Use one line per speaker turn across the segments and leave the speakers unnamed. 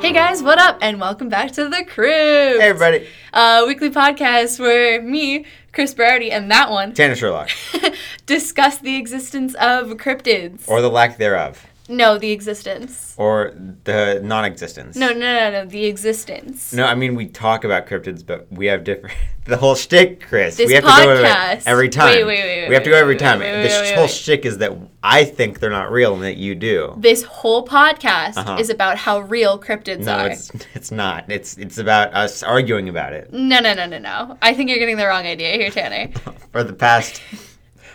Hey guys, what up? And welcome back to the crew.
Hey everybody,
Uh, weekly podcast where me, Chris Berardi, and that one
Tanner Sherlock,
discuss the existence of cryptids.
or the lack thereof,
no, the existence.
or the non-existence.
No, no, no, no, the existence.
no. I mean, we talk about cryptids, but we have different. The whole shtick, Chris.
This
we have to go over
podcast-
it every time.
Wait, wait, wait,
we have to go
wait,
every
wait,
time.
wait, wait,
this
wait, wait,
whole
wait.
shtick is that I think they're not real and that you do.
This whole podcast
Uh-huh.
is about how real cryptids
No,
are.
it's it's not. It's it's about us arguing about it
No, no, no, no, no. I think you're getting the wrong idea here, Tanner.
for the past.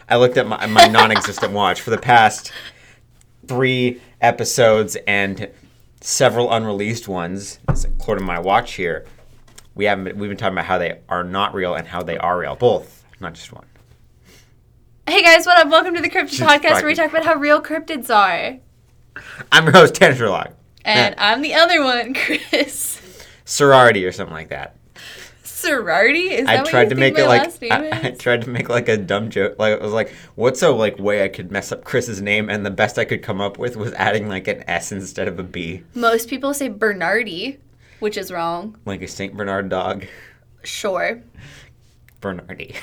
I looked at my my non-existent watch for the past three episodes and several unreleased ones. It's according to my watch here. We haven't. been- We've been talking about how they are not real and how they are real, both, not just one.
hey guys, what up? Welcome to the Cryptid
Jesus
Podcast where we
fucking-
talk about how real cryptids are.
I'm your host Tanner Sherlock,
And I'm the other one, Chris.
sorority or something like that.
Sorority? Is that
I
what
tried
you
to
think
make
my
it
last
like
name is?
I, I tried to make like a dumb joke. Like I was like, what's a like way I could mess up Chris's name? And the best I could come up with was adding like an S instead of a B,
Most people say Bernardi, which is wrong.
like a Saint Bernard dog,
Sure.
Bernardi.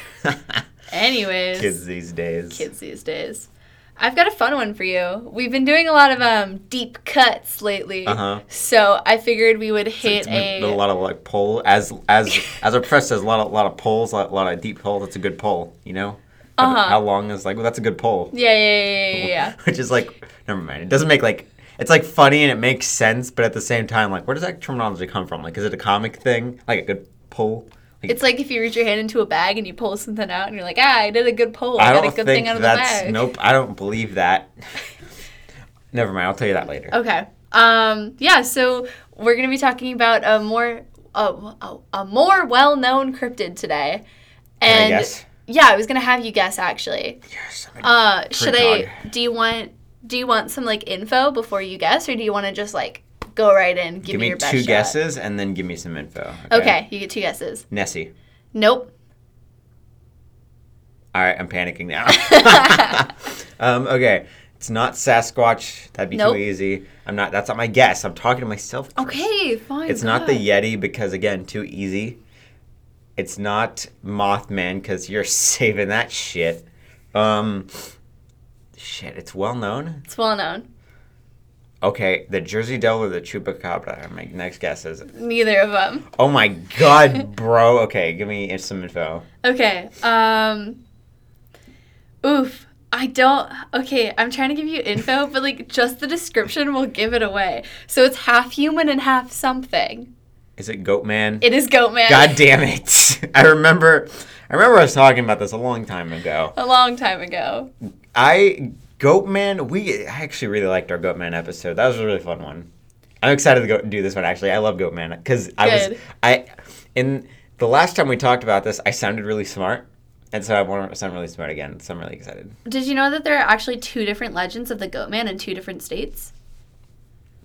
Anyways,
Kids these days.
kids these days. I've got a fun one for you. We've been doing a lot of um deep cuts lately.
Uh-huh.
So I figured we would hit
It's
a
been a lot of like poll as as as our press says a lot of lot of polls a lot, lot of deep polls that's a good poll you know How-
Uh-huh.
how long is like well that's a good poll
yeah yeah yeah yeah, yeah, yeah.
which is like never mind it doesn't make like it's like funny and it makes sense but at the same time like where does that terminology come from like is it a comic thing like a good poll like,
It's like if you reach your hand into a bag and you pull something out and you're like, ah, I did a good pull. I,
I
got a
don't
good
think
thing out of the
that's
bag.
nope I don't believe that never mind I'll tell you that later
Okay. Um, yeah, so we're going to be talking about a more a, a, a more well-known cryptid today.
Can
And
I guess
yeah, I was going to have you guess actually.
yes I'm a
Uh, should
dog.
I do you want do you want some like info before you guess or do you want to just like go right in, give,
give
me
me
your best
two
shot?
guesses and then give me some info
Okay, you get two guesses.
Nessie
Nope.
All right, I'm panicking now. um, okay, it's not Sasquatch. That'd be
Nope.
too easy. I'm not. That's not my guess. I'm talking to myself.
Okay, fine.
It's not the
God.
Yeti because again, too easy. It's not Mothman because you're saving that shit. Um, shit, it's well known.
It's well known.
Okay, the Jersey Devil or the Chupacabra. My next guess is.
Neither of them.
Oh my god, bro. Okay, give me some info.
Okay. Um Oof. I don't okay, I'm trying to give you info, but like just the description will give it away. So it's half human and half something.
Is it Goatman?
It is Goatman.
God damn it! I remember, I remember us talking about this a long time ago.
a long time ago.
I Goatman, we I actually really liked our Goatman episode. That was a really fun one. I'm excited to go do this one. Actually, I love Goatman because I
Good.
was I in the last time we talked about this, I sounded really smart, and so I want to sound really smart again. So I'm really excited.
Did you know that there are actually two different legends of the Goatman in two different states?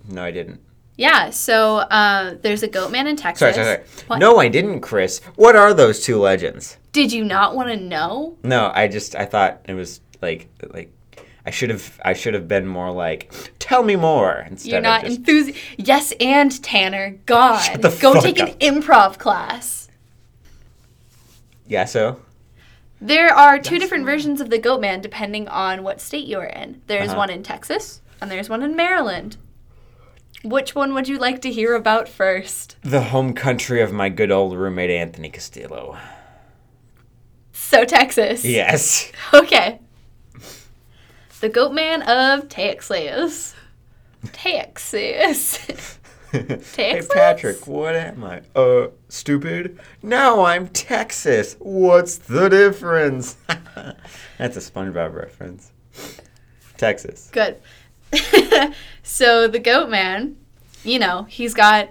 No, I didn't.
Yeah, so uh, there's a Goatman in Texas.
Sorry, sorry, sorry.
What?
No, I didn't, Chris. What are those two legends?
Did you not want to know?
No, I just I thought it was like like I should have I should have been more like tell me more instead
You're not
of just
enthusi Yes, and Tanner. God.
Shut the
Go
fuck
take
up.
an improv class.
yeah so
There are two different versions of the Goatman depending on what state you're in. There's
Uh-huh.
one in Texas and there's one in Maryland. Which one would you like to hear about first?
the home country of my good old roommate Anthony Castillo.
So Texas.
Yes.
Okay. The Goatman of Texas. Texas.
hey Patrick, what am I? Uh, stupid. Now I'm Texas. What's the difference? That's a SpongeBob reference. Texas.
Good. so the Goatman, you know, he's got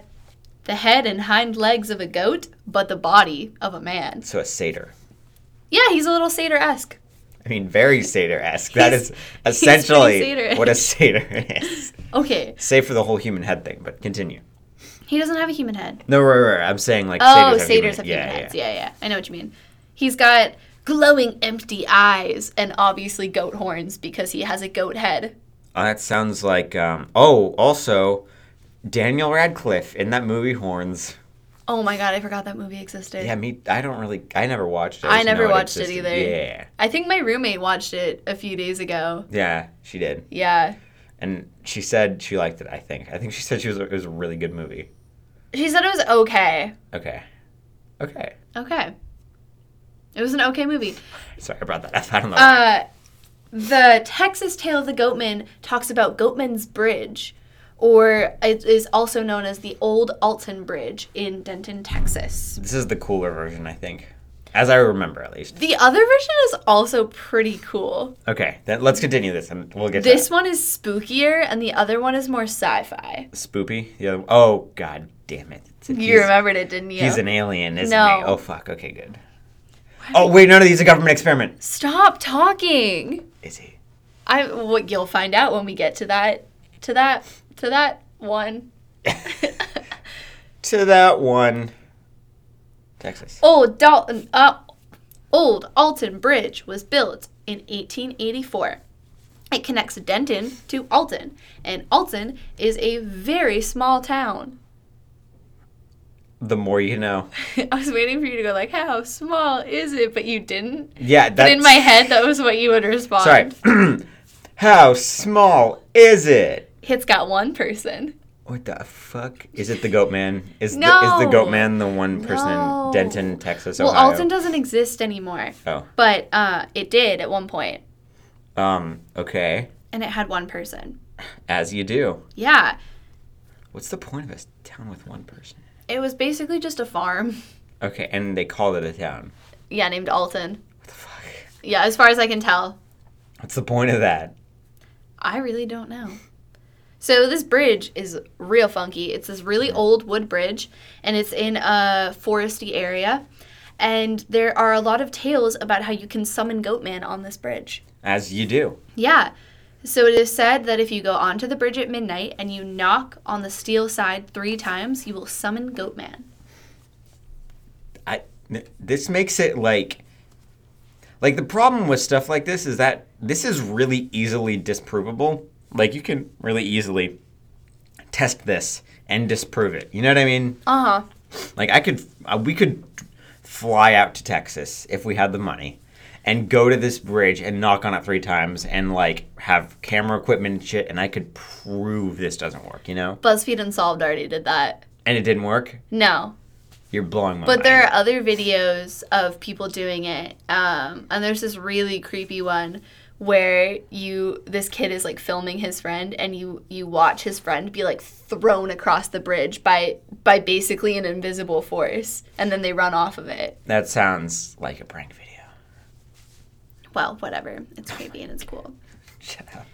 the head and hind legs of a goat, but the body of a man.
So a satyr.
Yeah, he's a little satyr-esque.
I mean, very satyr-esque. That
He's-
is essentially
satyr-esque.
what a satyr is.
Okay,
Save for the whole human head thing, but continue.
he doesn't have a human head.
No, right, right, right. I'm saying like
Oh,
satyrs have
satyrs
human,
have
yeah,
human
yeah.
heads. Yeah. yeah, I know what you mean. He's got glowing empty eyes and obviously goat horns because he has a goat head.
Oh, that sounds like um, oh, also Daniel Radcliffe in that movie Horns.
Oh my god, I forgot that movie existed.
Yeah, me. I don't really. I never watched it.
I
just
never
know
watched it
existed.
either.
Yeah,
I think my roommate watched it a few days ago.
yeah, she did,
Yeah.
and she said she liked it. I think. I think she said she was. It was a really good movie.
She said it was okay.
Okay, okay.
Okay. It was an okay movie.
Sorry about that. I don't know.
Uh, the Texas Tale of the Goatman talks about Goatman's Bridge, or it is also known as the Old Alton Bridge in Denton, Texas.
this is the cooler version, I think, as I remember at least.
The other version is also pretty cool.
Okay, then let's continue this, and we'll get
This
to
one is spookier, and the other one is more sci-fi.
that. Spoopy. The other. Oh God, damn it! It's a-
You
he's-
remembered it, didn't you?
He's an alien, isn't
No.
he? Oh fuck. Okay, good. Oh wait, none of these are government experiment.
Stop talking.
Is he?
I what you'll find out when we get to that, to that, to that one.
To that one. Texas.
Old Dalton, uh, Old Alton Bridge was built in 1884. It connects Denton to Alton, and Alton is a very small town.
The more you know.
I was waiting for you to go like, "How small is it?" But you didn't.
Yeah,
But
that's
in my head, that was what you would respond.
Sorry. How small is it?
It's got one person.
What the fuck? Is it the goat man? Is the is
No.
the goat man the one person
No.
in Denton, Texas,
Well,
Ohio?
Alton doesn't exist anymore,
oh.
but uh, it did at one point,
Um, okay.
and it had one person.
As you do.
Yeah,
What's the point of a town with one person?
it was basically just a farm.
Okay, and they called it a town.
Yeah, named Alton.
What the fuck?
Yeah, as far as I can tell,
What's the point of that?
I really don't know. So this bridge is real funky. It's this really old wood bridge, and it's in a foresty area. And there are a lot of tales about how you can summon Goatman on this bridge.
As you do.
Yeah. So it is said that if you go onto the bridge at midnight and you knock on the steel side three times, you will summon Goatman.
I n- this makes it like like the problem with stuff like this is that this is really easily disprovable. Like you can really easily test this and disprove it. You know what I mean?
Uh huh.
Like I could uh, we could fly out to Texas if we had the money and go to this bridge and knock on it three times and like have camera equipment and shit and I could prove this doesn't work, you know?
BuzzFeed Unsolved already did that.
And it didn't work.
No,
You're blowing my
But
mind.
there are other videos of people doing it. Um, and there's this really creepy one where you this kid is like filming his friend and you you watch his friend be like thrown across the bridge by by basically an invisible force and then they run off of it.
that sounds like a prank video.
Well, whatever. It's creepy and it's cool.
Shut up.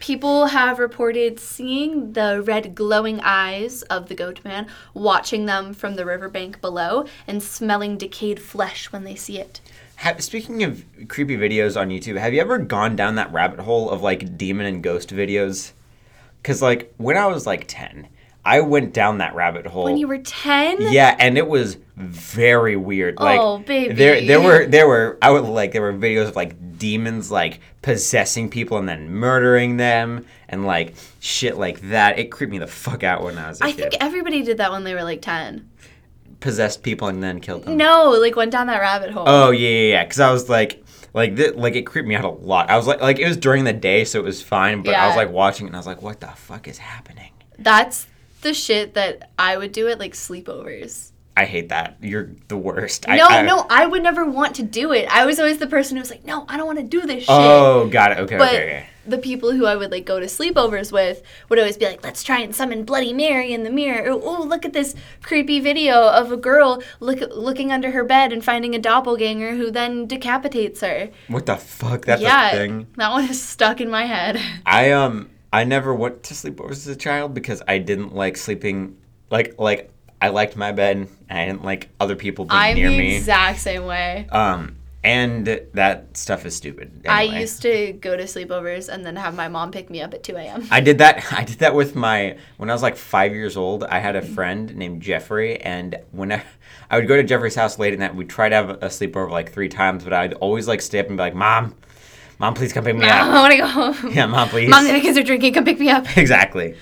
People have reported seeing the red glowing eyes of the goat man, watching them from the riverbank below and smelling decayed flesh when they see it.
Have, speaking of creepy videos on YouTube, have you ever gone down that rabbit hole of like demon and ghost videos? Because like when I was like ten, I went down that rabbit hole.
When you were 10?
yeah, and it was very weird. Like,
Oh, baby.
There, there were, there were. I would like there were videos of like demons like possessing people and then murdering them and like shit like that. It creeped me the fuck out when I was a
I
kid.
think everybody did that when they were like 10.
Possessed people and then killed them.
No, like went down that rabbit hole.
Oh yeah, yeah, yeah. Because I was like, like this, like it creeped me out a lot. I was like, like it was during the day, so it was fine. But I
Yeah.
was like watching it, and I was like, what the fuck is happening?
That's the shit that I would do at like sleepovers.
I hate that. You're the worst.
no,
I, I,
no, I would never want to do it. I was always the person who was like, no, I don't want to do this shit.
Oh, got it. Okay,
but
okay, okay.
the people who I would like go to sleepovers with would always be like, let's try and summon Bloody Mary in the mirror. Or, oh, look at this creepy video of a girl look, looking under her bed and finding a doppelganger who then decapitates her.
What the fuck? That's
yeah,
a thing.
that one is stuck in my head.
I um, I never went to sleepovers as a child because I didn't like sleeping. Like like I liked my bed, and I didn't like other people being
I'm
near
the
me.
exact same way.
um, and that stuff is stupid.
I
anyway.
used to go to sleepovers and then have my mom pick me up at 2 a.m.
I did that. I did that with my when I was like five years old. I had a friend named Jeffrey, and when I, I would go to Jeffrey's house late at night, we'd try to have a sleepover like three times, but I'd always like stay up and be like, "Mom, mom, please come pick me
I
up."
want to go home.
Yeah, mom, please.
Mom, the kids are drinking. Come pick me up.
exactly.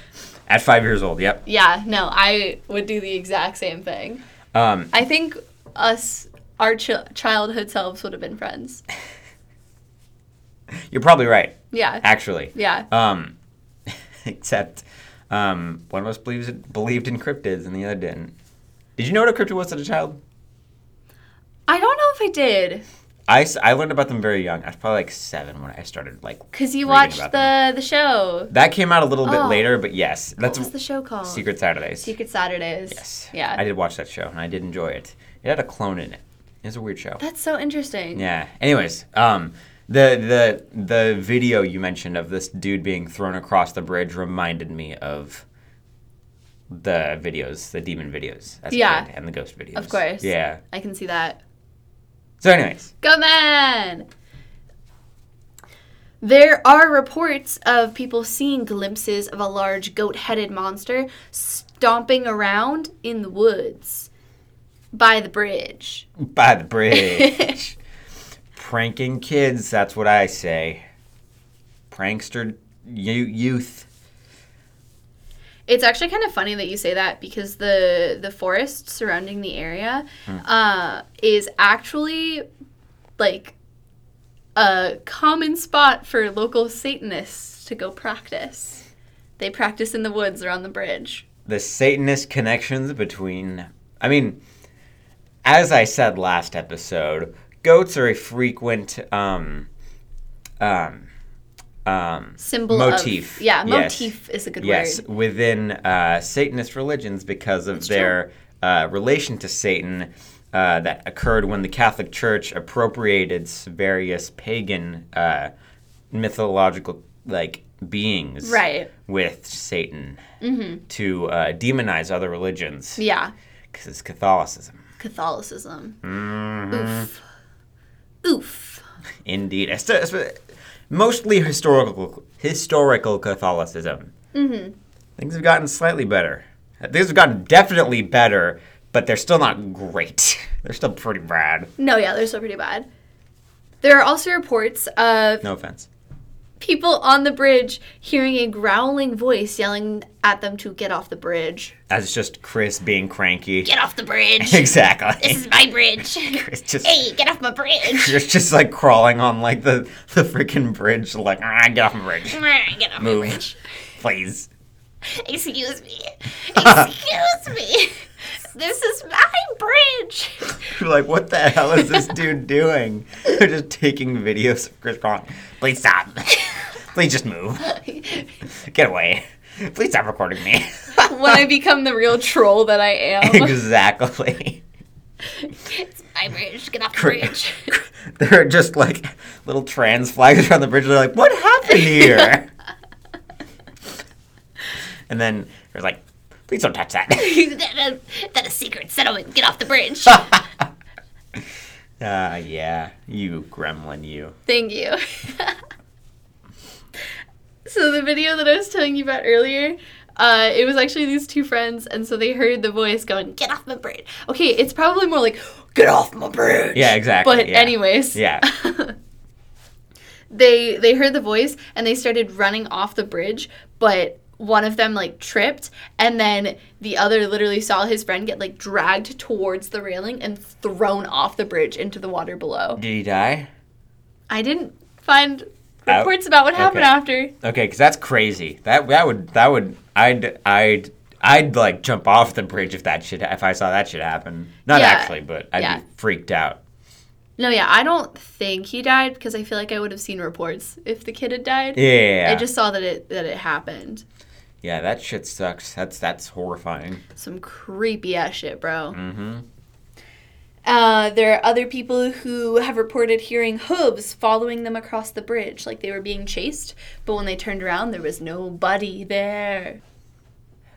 At five years old, yep.
Yeah, no, I would do the exact same thing.
Um,
I think us, our ch- childhood selves would have been friends.
you're probably right,
Yeah.
actually.
Yeah.
Um, except um, one of us believes believed in cryptids and the other didn't. Did you know what a cryptid was as a child?
I don't know if I did.
I, s- I learned about them very young. I was probably like seven when I started. Like
Because you
reading
watched
about
the, the show.
that came out a little bit
Oh.
later, but yes, that's
What was the show called?
Secret Saturdays.
Secret Saturdays.
Yes.
Yeah.
I did watch that show and I did enjoy it. It had a clone in it. It was a weird show.
That's so interesting.
Yeah. Anyways, um, the the the video you mentioned of this dude being thrown across the bridge reminded me of the videos, the demon videos. That's
Yeah.
And the ghost videos.
Of course.
Yeah.
I can see that.
So, anyways,
Go man! There are reports of people seeing glimpses of a large goat headed monster stomping around in the woods by the bridge.
by the bridge, pranking kids. That's what I say. Prankster you, youth.
It's actually kind of funny that you say that because the the forest surrounding the area uh, is actually like a common spot for local Satanists to go practice. They practice in the woods or on the bridge.
the Satanist connections between. I mean, as I said last episode, goats are a frequent um, um, um,
Symbol
Motif.
Of, yeah,
Yes.
motif is a good
yes,
word.
within uh, Satanist religions because of
true.
their uh, relation to Satan. Uh, that occurred when the Catholic Church appropriated s- various pagan uh, mythological like beings
Right. Mm-hmm.
with Satan to uh, demonize other religions
Yeah.
because it's Catholicism.
Catholicism.
Mm.
Oof. Oof.
Indeed, It's- it's- mostly historical historical Catholicism. Mm-hmm. Things have gotten slightly better. Things have gotten definitely better, but they're still not great. They're still pretty bad.
No, yeah, they're still pretty bad. There are also reports of
No offense.
people on the bridge hearing a growling voice yelling at them to get off the bridge.
That's just Chris being cranky.
Get off the bridge.
Exactly.
this is my bridge.
Chris just
hey, get off my bridge.
Chris just like crawling on like the the freaking bridge, like ah, get off my bridge,
get off my
Move.
bridge.
please.
Excuse me. Excuse me. This is my bridge.
You're like, what the hell is this dude doing? They're just taking videos of Chris Brown. Please stop. Please just move. Get away. Please stop recording me.
when I become the real troll that I am.
exactly.
it's my bridge. Get off the
Cra-
bridge.
They're just like little trans flags around the bridge. They're like, what happened here? and then they're like, please don't touch that.
that, is, that is secret settlement. Get off the bridge.
Ah, yeah. You gremlin, you.
Thank you. so the video that I was telling you about earlier, uh, it was actually these two friends, and so they heard the voice going, "Get off my bridge." Okay, it's probably more like, "Get off my bridge."
Yeah, exactly.
But
yeah.
anyways,
Yeah.
they they heard the voice and they started running off the bridge, but one of them like tripped and then the other literally saw his friend get like dragged towards the railing and thrown off the bridge into the water below.
Did he die?
I didn't find
Out-
reports about what happened
okay.
after.
Okay, because that's crazy. That that would that would I'd I'd I'd like jump off the bridge if that shit if I saw that shit happen. Not
Yeah.
actually, but I'd
Yeah.
be freaked out.
No, yeah, I don't think he died because I feel like I would have seen reports if the kid had died.
Yeah,
I just saw that it that it happened.
yeah, that shit sucks. That's that's horrifying. Mm-hmm.
Some creepy ass shit, bro. Uh, there are other people who have reported hearing hooves following them across the bridge, like they were being chased. But when they turned around, there was nobody there.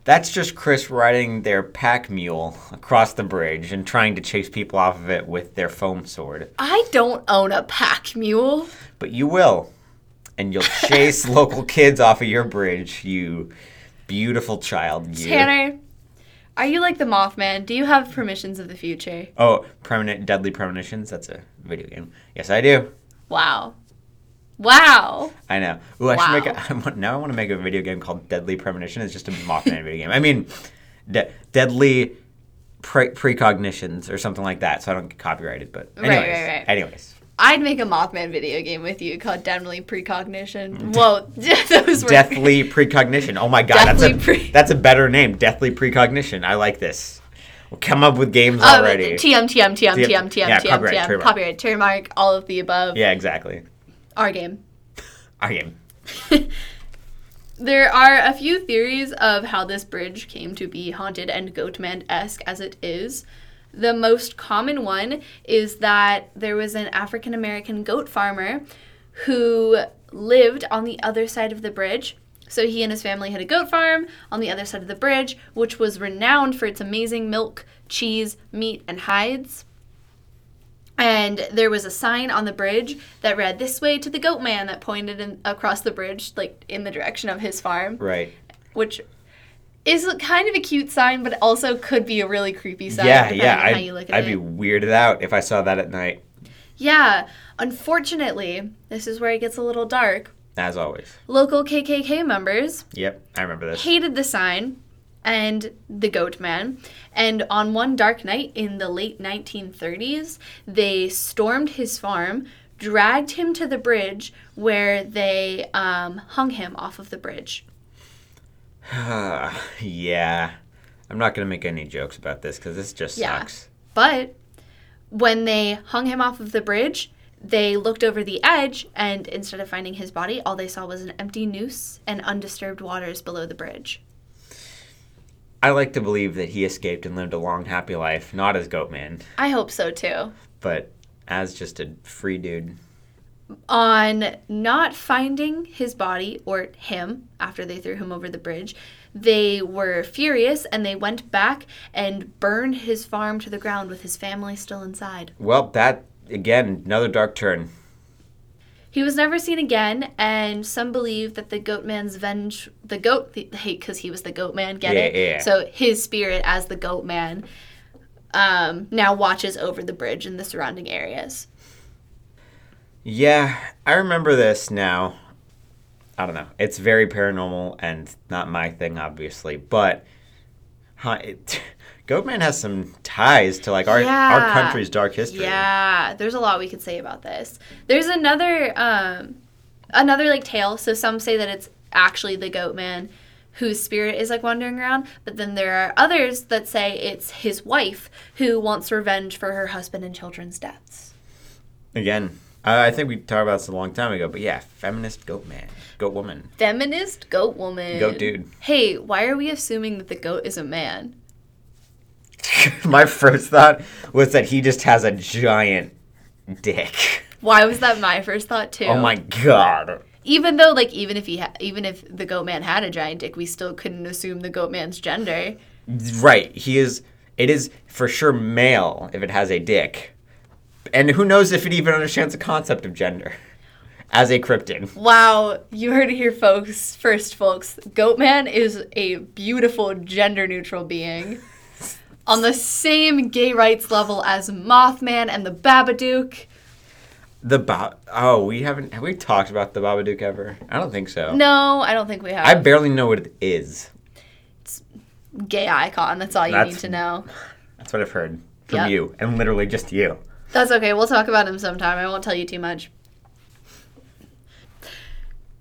That's just Chris riding their pack mule across the bridge and trying to chase people off of it with their foam sword.
I don't own a pack mule.
But you will, and you'll chase local kids off of your bridge. You beautiful child. You.
Tanner, are you like the Mothman? Do you have premonitions of the future?
Oh, permanent deadly premonitions. That's a video game. Yes, I do.
Wow. Wow.
I know. Ooh, I should make.
Wow.
A, I want, now I want to make a video game called Deadly Premonition. It's just a Mothman video game. I mean, de- Deadly pre- Precognitions or something like that. So I don't get copyrighted. But
Right,
anyways,
right, right.
anyways,
I'd make a Mothman video game with you called Deadly Precognition.
Mm.
Whoa, those were
Deathly Precognition. Oh my God, that's a
Deathly Pre-
that's a better name. Deathly Precognition. I like this. We'll come up with games
Uh,
already.
TM, TM, TM,
Yeah,
TM, TM,
yeah,
TM,
copyright,
TM,
trademark.
copyright, trademark, all of the above.
yeah, exactly.
Our game.
Our game.
There are a few theories of how this bridge came to be haunted and Goatman esque as it is. The most common one is that there was an African American goat farmer who lived on the other side of the bridge. So he and his family had a goat farm on the other side of the bridge, which was renowned for its amazing milk, cheese, meat, and hides. And there was a sign on the bridge that read this way to the goat man that pointed in, across the bridge, like in the direction of his farm,
Right.
which is a- kind of a cute sign, but also could be a really creepy sign.
yeah,
depending
yeah.
on
I'd,
how you look at it.
I'd be weirded out if I saw that at night,
Yeah. Unfortunately, this is where it gets a little dark.
as always.
Local KKK members
Yep, I remember this.
hated the sign and the goat man. And on one dark night in the late 1930s, they stormed his farm, dragged him to the bridge where they um, hung him off of the bridge.
yeah. I'm not going to make any jokes about this because this just
Yeah.
sucks.
But when they hung him off of the bridge, they looked over the edge, and instead of finding his body, all they saw was an empty noose and undisturbed waters below the bridge.
I like to believe that he escaped and lived a long, happy life, not as Goatman,
I hope so too.
but as just a free dude.
on not finding his body or him after they threw him over the bridge. They were furious and they went back and burned his farm to the ground with his family still inside.
Well, that, again, another dark turn.
He was never seen again, and some believe that the goat man's venge, the goat, the, because he was the goat man, get
Yeah,
it?
yeah.
So his spirit as the goat man um, now watches over the bridge and the surrounding areas.
Yeah, I remember this now. I don't know. It's very paranormal and not my thing, obviously, but huh, it, Goatman has some ties to like our, our
Yeah.
country's dark history.
Yeah, there's a lot we could say about this. There's another um another like tale. So some say that it's actually the goat man whose spirit is like wandering around, but then there are others that say it's his wife who wants revenge for her husband and children's deaths.
Again, uh, I think we talked about this a long time ago, but yeah, feminist goat man, goat woman.
Feminist goat woman.
Goat dude.
Hey, why are we assuming that the goat is a man?
My first thought was that he just has a giant dick.
Why was that my first thought too?
Oh my god.
Even though like even if he ha- even if the goat man had a giant dick, we still couldn't assume the goat man's gender.
Right, he is. It is for sure male if it has a dick, and who knows if it even understands the concept of gender as a krypton.
Wow, you heard it here, folks. First, folks, Goatman is a beautiful gender neutral being on the same gay rights level as Mothman and the Babadook.
The Bob. Oh, we haven't. Have we talked about the Babadook ever? I don't think so.
No, I don't think we
I
have.
barely know what it is.
gay icon, that's all you
That's-
need to know.
That's what I've heard from
Yep.
you, and literally just you.
That's okay, we'll talk about him sometime. I won't tell you too much.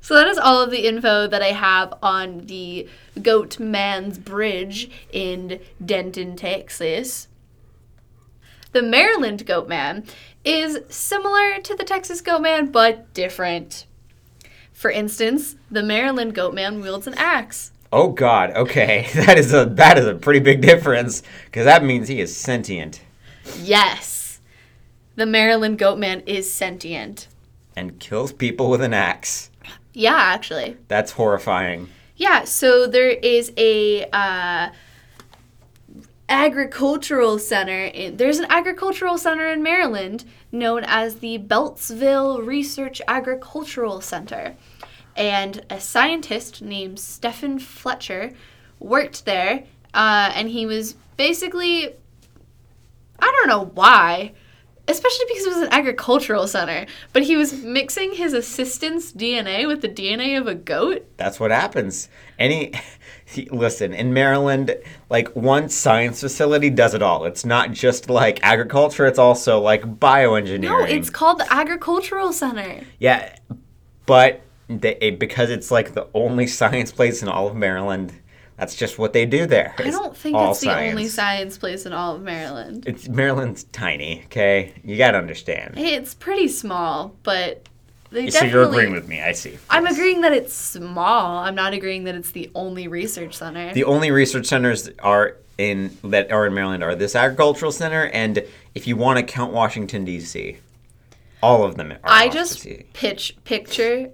So that is all of the info that I have on the Goatman's Bridge in Denton, Texas. The Maryland Goatman is similar to the Texas Goatman, but different. For instance, the Maryland Goatman wields an axe.
Oh God. Okay, that is a that is a pretty big difference because that means he is sentient
Yes, the Maryland Goatman is sentient.
and kills people with an axe.
Yeah, actually.
That's horrifying.
Yeah, so there is a uh, agricultural center. In, there's an agricultural center in Maryland known as the Beltsville Research Agricultural Center, and a scientist named Stephen Fletcher worked there, uh, and he was basically, I don't know why, especially because it was an agricultural center. But he was mixing his assistant's DNA with the DNA of a goat.
That's what happens. Any he- listen, in Maryland, like one science facility does it all. It's not just like agriculture, it's also like bioengineering.
No, it's called the agricultural center.
Yeah, but they, it- because it's like the only science place in all of Maryland, that's just what they do there.
I don't think
all
it's the only science place in all of Maryland.
It's Maryland's tiny, okay? You gotta understand.
Hey, it's pretty small, but they
So
definitely.
you're agreeing with me, I see.
I'm
Yes.
agreeing that it's small. I'm not agreeing that it's the only research center.
The only research centers that are in that are in Maryland are this agricultural center and if you want to count Washington D.C. All of them are.
I
in
just
Washington, D.C..
pitch picture.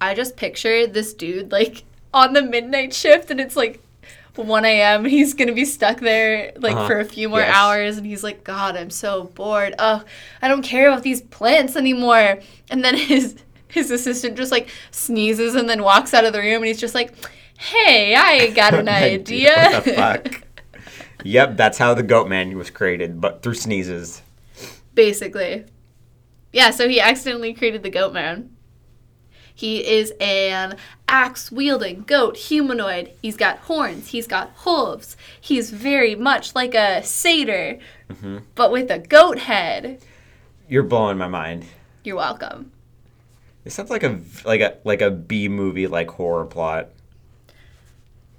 I just picture this dude like on the midnight shift, and it's like 1 a.m. He's gonna be stuck there like
Uh-huh.
for a few more
Yes.
hours, and he's like, "God, I'm so bored. Oh, I don't care about these plants anymore." And then his his assistant just like sneezes and then walks out of the room, and he's just like, "Hey, I got an idea."
What the fuck? yep, that's how the goat menu was created, but through sneezes.
basically. Yeah, so he accidentally created the goat man. He is an axe wielding goat humanoid. He's got horns, he's got hooves. He's very much like a satyr, but with a goat head.
You're blowing my mind.
You're welcome.
This sounds like a like a like a B movie like horror plot.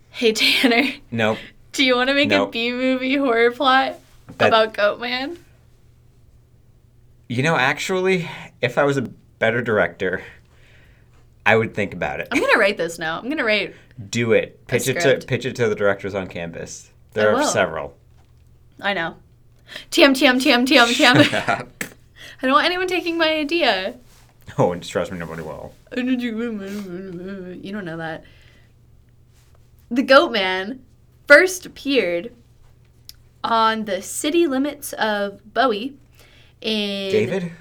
Hey Tanner,
Nope.
do you want to make a
Nope.
B movie horror plot
That-
about Goat Man?
You know, actually, if I was a better director, I would think about it.
I'm gonna write this now. I'm gonna write.
Do it. Pitch it to
script.
pitch it to the directors on campus.
I
There are
will.
several.
I know. TM TM TM TM TM.
oh,
I don't want anyone taking my idea.
and just trust me, nobody will.
You don't know that. The Goat Man first appeared on the city limits of Bowie in.
David,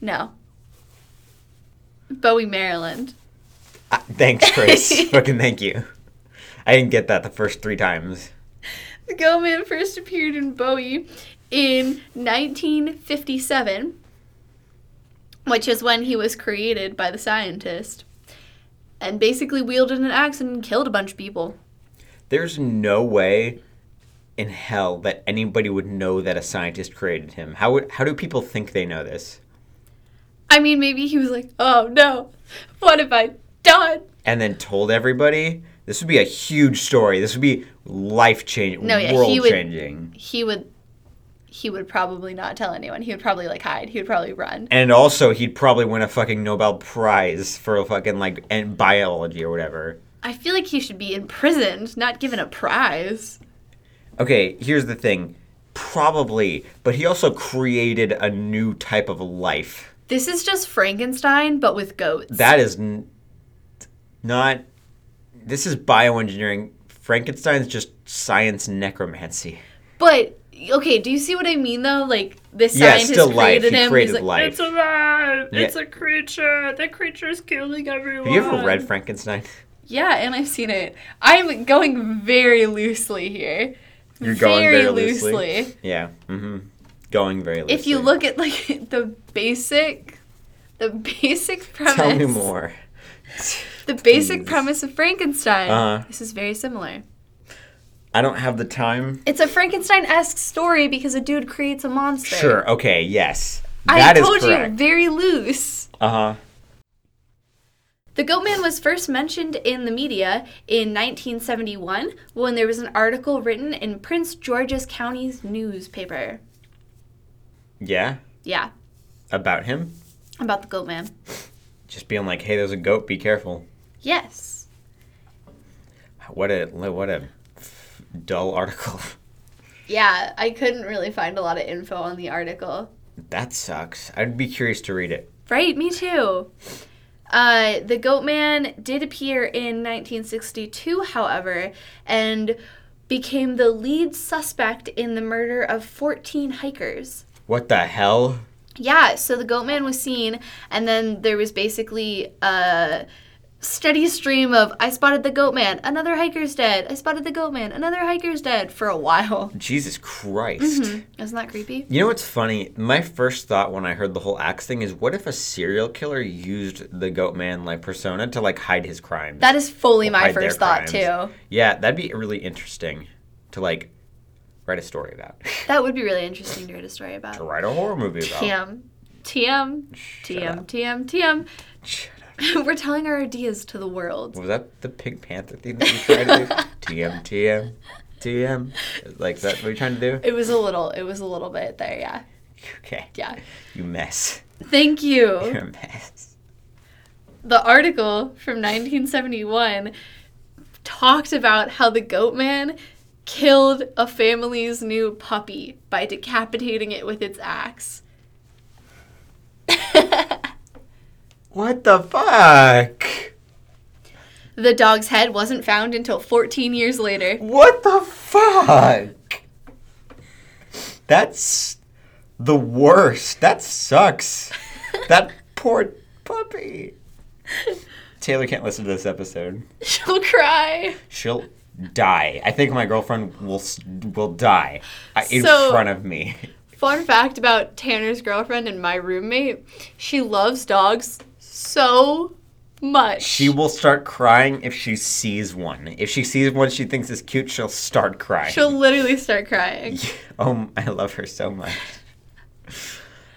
No. Bowie, Maryland.
Uh, thanks, Chris. Fucking thank you. I didn't get that the first three times.
The Goat Man first appeared in Bowie in 1957, which is when he was created by the scientist, and basically wielded an axe and killed a bunch of people.
There's no way in hell that anybody would know that a scientist created him. How would, how do people think they know this?
I mean, maybe he was like, oh no, what have I done?
and then told everybody, this would be a huge story. This would be life changing,
No, yeah, he
world
would-
changing.
He would, he would probably not tell anyone. He would probably like hide. He would probably run.
And also, he'd probably win a fucking Nobel Prize for a fucking like and biology or whatever.
I feel like he should be imprisoned, not given a prize.
Okay, here's the thing, probably, but he also created a new type of life.
This is just Frankenstein, but with goats.
That is n- not. This is bioengineering. Frankenstein's just science necromancy.
but okay, do you see what I mean though? Like this
Yeah,
scientist
still life.
created
He
him.
created
he's like,
life.
It's alive.
Yeah.
It's a creature. The creature's killing everyone.
Have you ever read Frankenstein?
Yeah, and I've seen it. I'm going very loosely here.
Yeah. hmm Going very loosely.
if you look at like the basic the basic premise
Tell me more.
the basic
please.
premise of frankenstein
Uh-huh.
this is very similar
I don't have the time.
it's a frankenstein-esque story because a dude creates a monster
Sure. Okay. Yes.
i
That is
told you
correct.
very loose
Uh huh.
The goat man was first mentioned in the media in 1971 when there was an article written in Prince George's County's newspaper.
Yeah.
Yeah,
About him,
about the goat man.
just being like, "Hey, there's a goat. Be careful."
Yes.
What a what a f- dull article.
Yeah, I couldn't really find a lot of info on the article.
That sucks. I'd be curious to read it.
Right, me too. Uh, the Goat Man did appear in 1962, however, and became the lead suspect in the murder of 14 hikers.
What the hell?
Yeah, so the Goat Man was seen, and then there was basically uh, steady stream of I spotted the goat man, another hiker's dead, I spotted the goat man, another hiker's dead for a while.
Jesus Christ.
Isn't that creepy?
You know what's funny? My first thought when I heard the whole axe thing is what if a serial killer used the goat man like persona to like hide his crimes?
That is fully my
hide their
first thought
crimes.
too.
yeah, that'd be really interesting to like write a story about.
That would be really interesting to read a story
to
about.
write a horror movie about.
TM. TM.
Shut
TM.
up.
TM.
Shut up.
TM. We're telling our ideas to the world.
Was that the Pink Panther theme that you tried to do? TM TM TM. Like is that what you're trying to do?
It was a little. It was a little bit there. Yeah.
Okay.
Yeah.
You mess.
Thank you.
You're a mess.
the article from 1971 talked about how the goat man killed a family's new puppy by decapitating it with its axe.
What the fuck?
the dog's head wasn't found until 14 years later.
What the fuck? That's the worst. That sucks. that poor puppy. Taylor can't listen to this episode.
She'll cry.
She'll die. I think my girlfriend will s- will die uh, in
So-
front of me.
Fun fact about Tanner's girlfriend and my roommate she loves dogs so much.
She will start crying if she sees one. If she sees one she thinks is cute, she'll start crying.
She'll literally start crying.
oh, m- I love her so much.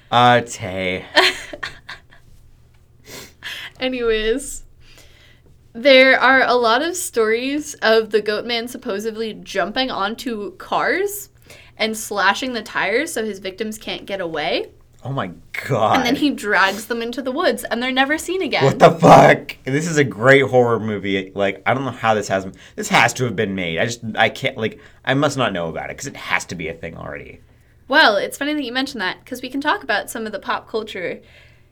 Uh, Tay.
Anyways, there are a lot of stories of the goat man supposedly jumping onto cars and slashing the tires so his victims can't get away.
Oh my god.
And then he drags them into the woods and they're never seen again.
What the fuck? This is a great horror movie. Like, I don't know how this hasn't. This has to have been made. I just, I can't. Like, I must not know about it because it has to be a thing already.
well, it's funny that you mention that because we can talk about some of the pop culture,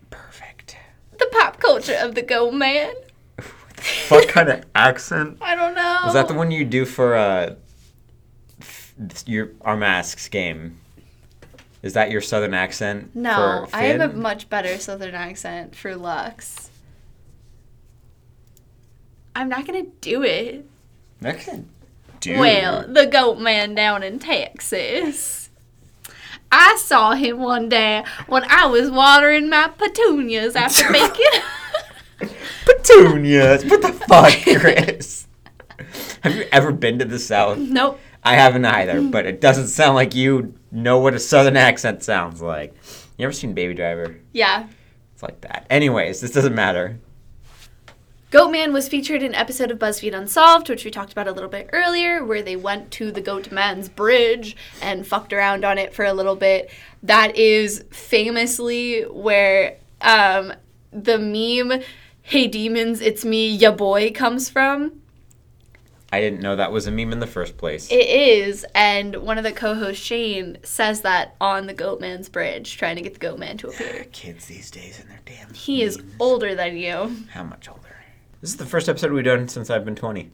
Perfect.
the pop culture of the goat man.
What kind of accent
I don't know.
was that? The one you do for uh, f- your our masks game. Is that your southern accent?
No,
for
I have a
Finn?
much better southern accent for Lux. I'm not gonna do it.
Okay. Dude.
Well, the goat man down in Texas. I saw him one day when I was watering my petunias after making.
petunias. What the fuck, Chris? have you ever been to the south?
nope.
I haven't either, but it doesn't sound like you know what a southern accent sounds like. You ever seen Baby Driver?
Yeah.
It's like that. Anyways, this doesn't matter.
Goat Man was featured in an episode of BuzzFeed Unsolved, which we talked about a little bit earlier, where they went to the Goat Man's bridge and fucked around on it for a little bit. That is famously where um, the meme, Hey Demons, It's Me, Ya Boy, comes from.
I didn't know that was a meme in the first place.
It is, and one of the co-hosts, Shane, says that on the Goatman's bridge, trying to get the Goatman to appear.
Kids these days and their damn.
He is older than you.
How much older? This is the first episode we've done since I've been 20.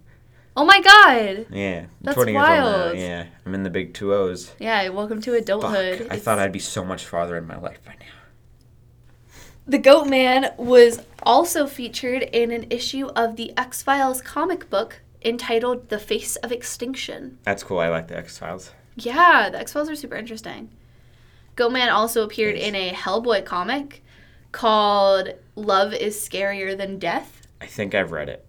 Oh my God!
Yeah. I'm
That's
20 years old now,
wild.
Yeah. I'm in the big two O's.
Yeah, welcome to
Fuck.
adulthood.
I
It's-
thought I'd be so much farther in my life by now.
the Goatman was also featured in an issue of the X Files comic book entitled "The Face of Extinction."
That's cool. I like the X Files.
Yeah, the X Files are super interesting. Goatman also appeared
Yes.
in a Hellboy comic called "Love Is Scarier Than Death."
I think I've read it.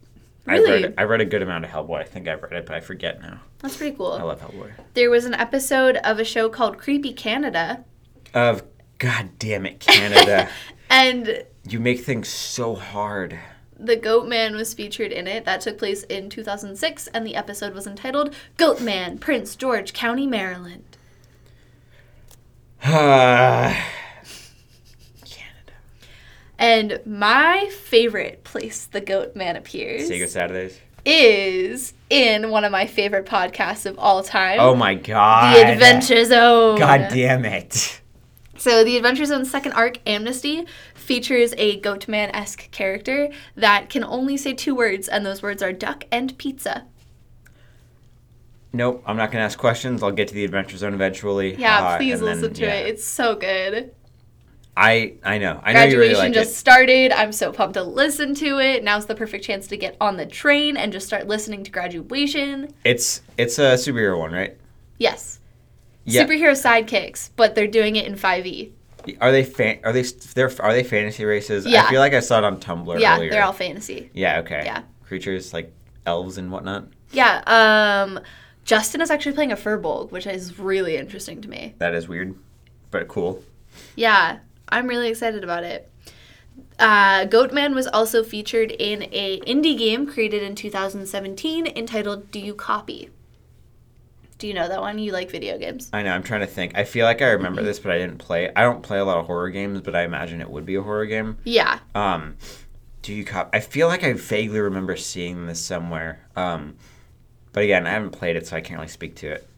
I
Really?
read, I read a good amount of Hellboy. I think I've read it, but I forget now.
That's pretty cool.
I love Hellboy.
there was an episode of a show called Creepy Canada,
of God damn it, Canada.
and
you make things so hard.
the Goat Man was featured in it. That took place in 2006, and the episode was entitled Goat Man, Prince George County, Maryland.
Canada.
And my favorite place the Goat Man appears
Secret Saturdays.
is in one of my favorite podcasts of all time.
Oh my god.
The Adventure Zone.
God damn it.
So, The Adventure Zone's second arc, Amnesty, features a Goatman esque character that can only say two words, and those words are duck and pizza.
Nope, I'm not gonna ask questions. I'll get to the Adventure Zone eventually.
Yeah,
Uh,
please
and then,
listen to
yeah.
it. It's so good.
I I know. I know you
Graduation
really like
just
it.
started. I'm so pumped to listen to it. Now's the perfect chance to get on the train and just start listening to graduation.
It's it's a superhero one, right?
Yes.
Yeah.
Superhero sidekicks, but they're doing it in E. 5e.
Are they fan? Are they they're, are they fantasy races? I
Yeah.
feel like I saw it on Tumblr
yeah,
earlier.
they're all fantasy.
yeah. Okay.
Yeah.
Creatures like elves and whatnot.
Yeah, um Justin is actually playing a furbolg, which is really interesting to me.
That is weird, but cool.
Yeah, I'm really excited about it. Uh, Goatman was also featured in a indie game created in 2017 entitled "Do You Copy?" Do you know that one? You like video games?
I know. I'm trying to think. I feel like I
Mm-hmm.
remember this, but I didn't play. I don't play a lot of horror games, but I imagine it would be a horror game.
Yeah,
Um, do you cop? I feel like I vaguely remember seeing this somewhere. Um, but again, I haven't played it, so I can't really speak to it.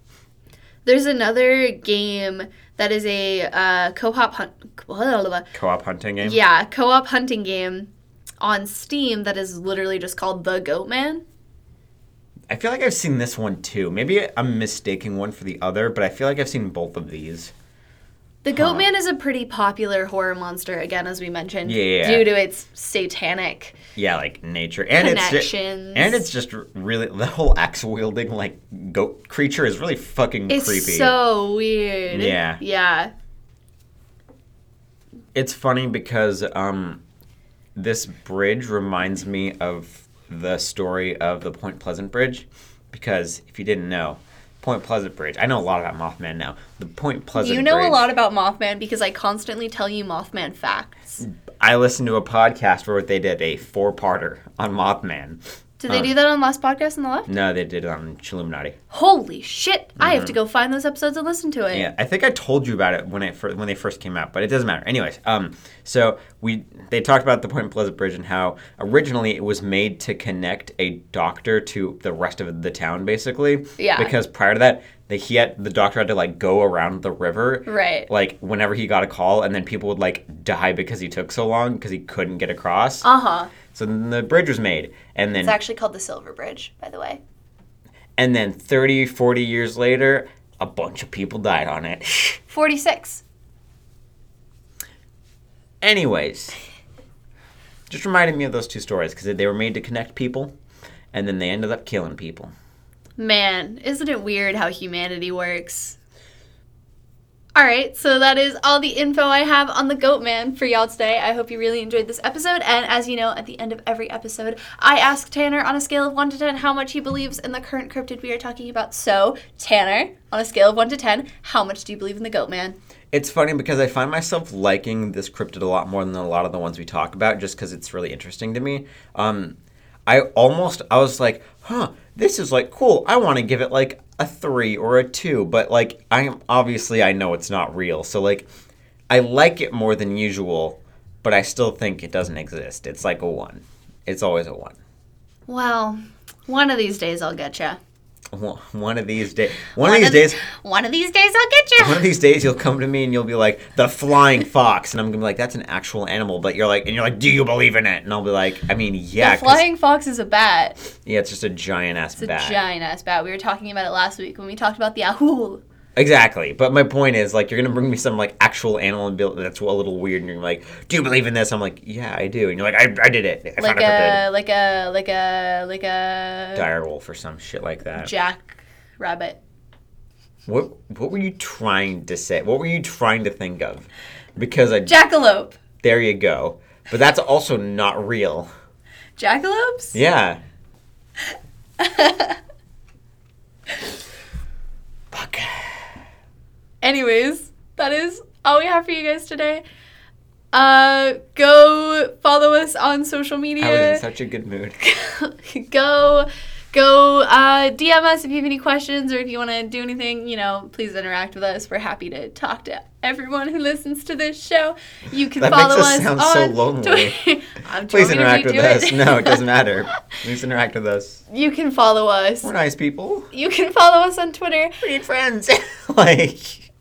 there's another game that is a uh, co-op hunt.
Co-op hunting game.
Yeah, co-op hunting game on Steam that is literally just called The Goatman.
I feel like I've seen this one too. Maybe I'm mistaking one for the other, but I feel like I've seen both of these.
The Goatman is a pretty popular horror monster, again, as we mentioned,
Yeah.
due to its satanic
Yeah, like nature and it's just,
connections.
and it's just really the whole axe wielding like goat creature is really fucking
It's
creepy.
so weird.
Yeah.
Yeah.
It's funny because um, this bridge reminds me of the story of the Point Pleasant Bridge. Because if you didn't know, Point Pleasant Bridge, I know a lot about Mothman now. The Point Pleasant
You know
Bridge,
a lot about Mothman because I constantly tell you Mothman facts.
I listened to a podcast where they did a four parter on Mothman.
Did they do that on last podcast on the left?
No, they did um, it on Chilluminati.
Oh. Holy shit. I have to go find those episodes and listen to it.
Mm-hmm. Yeah, I think I told you about it when it fir- when they first came out, but it doesn't matter. Anyways, um, so we they talked about the Point Pleasant Bridge and how originally it was made to connect a doctor to the rest of the town, basically.
Yeah.
Because prior to that, they, he had the doctor had to like go around the river.
Right.
Like whenever he got a call, and then people would like die because he took so long because he couldn't get across.
Uh huh.
so then the bridge was made, and then
It's actually called the Silver Bridge, by the way.
and then 30, 40 years later, a bunch of people died on it.
46.
Anyways, just reminded me of those two stories because they were made to connect people, and then they ended up killing people.
Man, isn't it weird how humanity works? All right, so that is all the info I have on the Goat Man for y'all today. I hope you really enjoyed this episode. And as you know, at the end of every episode, I ask Tanner on a scale of 1 to 10 how much he believes in the current cryptid we are talking about. So, Tanner, on a scale of 1 to 10, how much do you believe in the Goat Man?
It's funny because I find myself liking this cryptid a lot more than a lot of the ones we talk about, just because it's really interesting to me. Um, I almost I was like, huh, this is like cool. I want to give it like a three or a two, but like I am obviously I know it's not real, so like I like it more than usual, but I still think it doesn't exist. It's like a one. It's always a one.
Well, one of these days I'll get you.
One one of these days, one of these days,
One of these days I'll get you.
one of these days, you'll come to me and you'll be like the flying fox, and I'm gonna be like, that's an actual animal, but you're like, and you're like, do you believe in it? And I'll be like, I mean, yeah,
the
'cause-
flying fox is a bat.
yeah, it's just a giant ass
It's a
bat,
giant ass bat. We were talking about it last week when we talked about the ahul.
exactly. But my point is, like, you're gonna bring me some like actual animal and be like, that's a little weird, and you're like, do you believe in this? I'm like, yeah, I do, and you're like, I, I did it, I
Like
found a cryptid,
a, like a like a like a
dire wolf or some shit like that.
jack rabbit.
what what were you trying to say? What were you trying to think of? Because I
Jackalope.
there you go. But that's also not real.
Jackalopes?
Yeah. Fuck.
Anyways, that is all we have for you guys today. Uh go follow us on social
I was in
media.
such a good mood.
go go uh, DM us if you have any questions or if you want to do anything, you know, please interact with us. We're happy to talk to everyone who listens to this show. You can
That makes
follow
us
us
sound so
on
lonely.
Twitter. I'm
Please
trying to
interact with
redo
us. No, it doesn't matter. Please interact with us.
You can follow us.
We're nice people.
You can follow us on Twitter.
We need friends. like,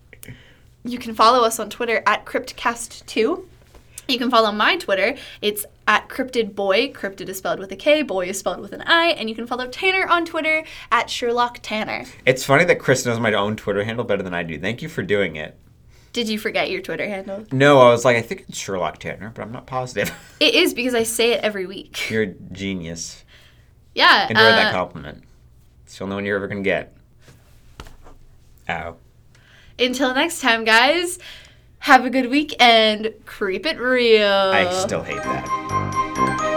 You can follow us on Twitter at CryptCast2. You can follow my Twitter. It's at Cryptid Boy. Cryptid is spelled with a K, boy is spelled with an I. And you can follow Tanner on Twitter at Sherlock Tanner.
it's funny that Chris knows my own Twitter handle better than I do. Thank you for doing it.
Did you forget your Twitter handle?
No, I was like, I think it's Sherlock Tanner, but I'm not positive.
It is because I say it every week.
You're a genius.
Yeah.
Enjoy that
uh,
compliment. It's the only one you're ever gonna get. Ow.
Until next time, guys, have a good week and creep it real.
uh. I still hate that.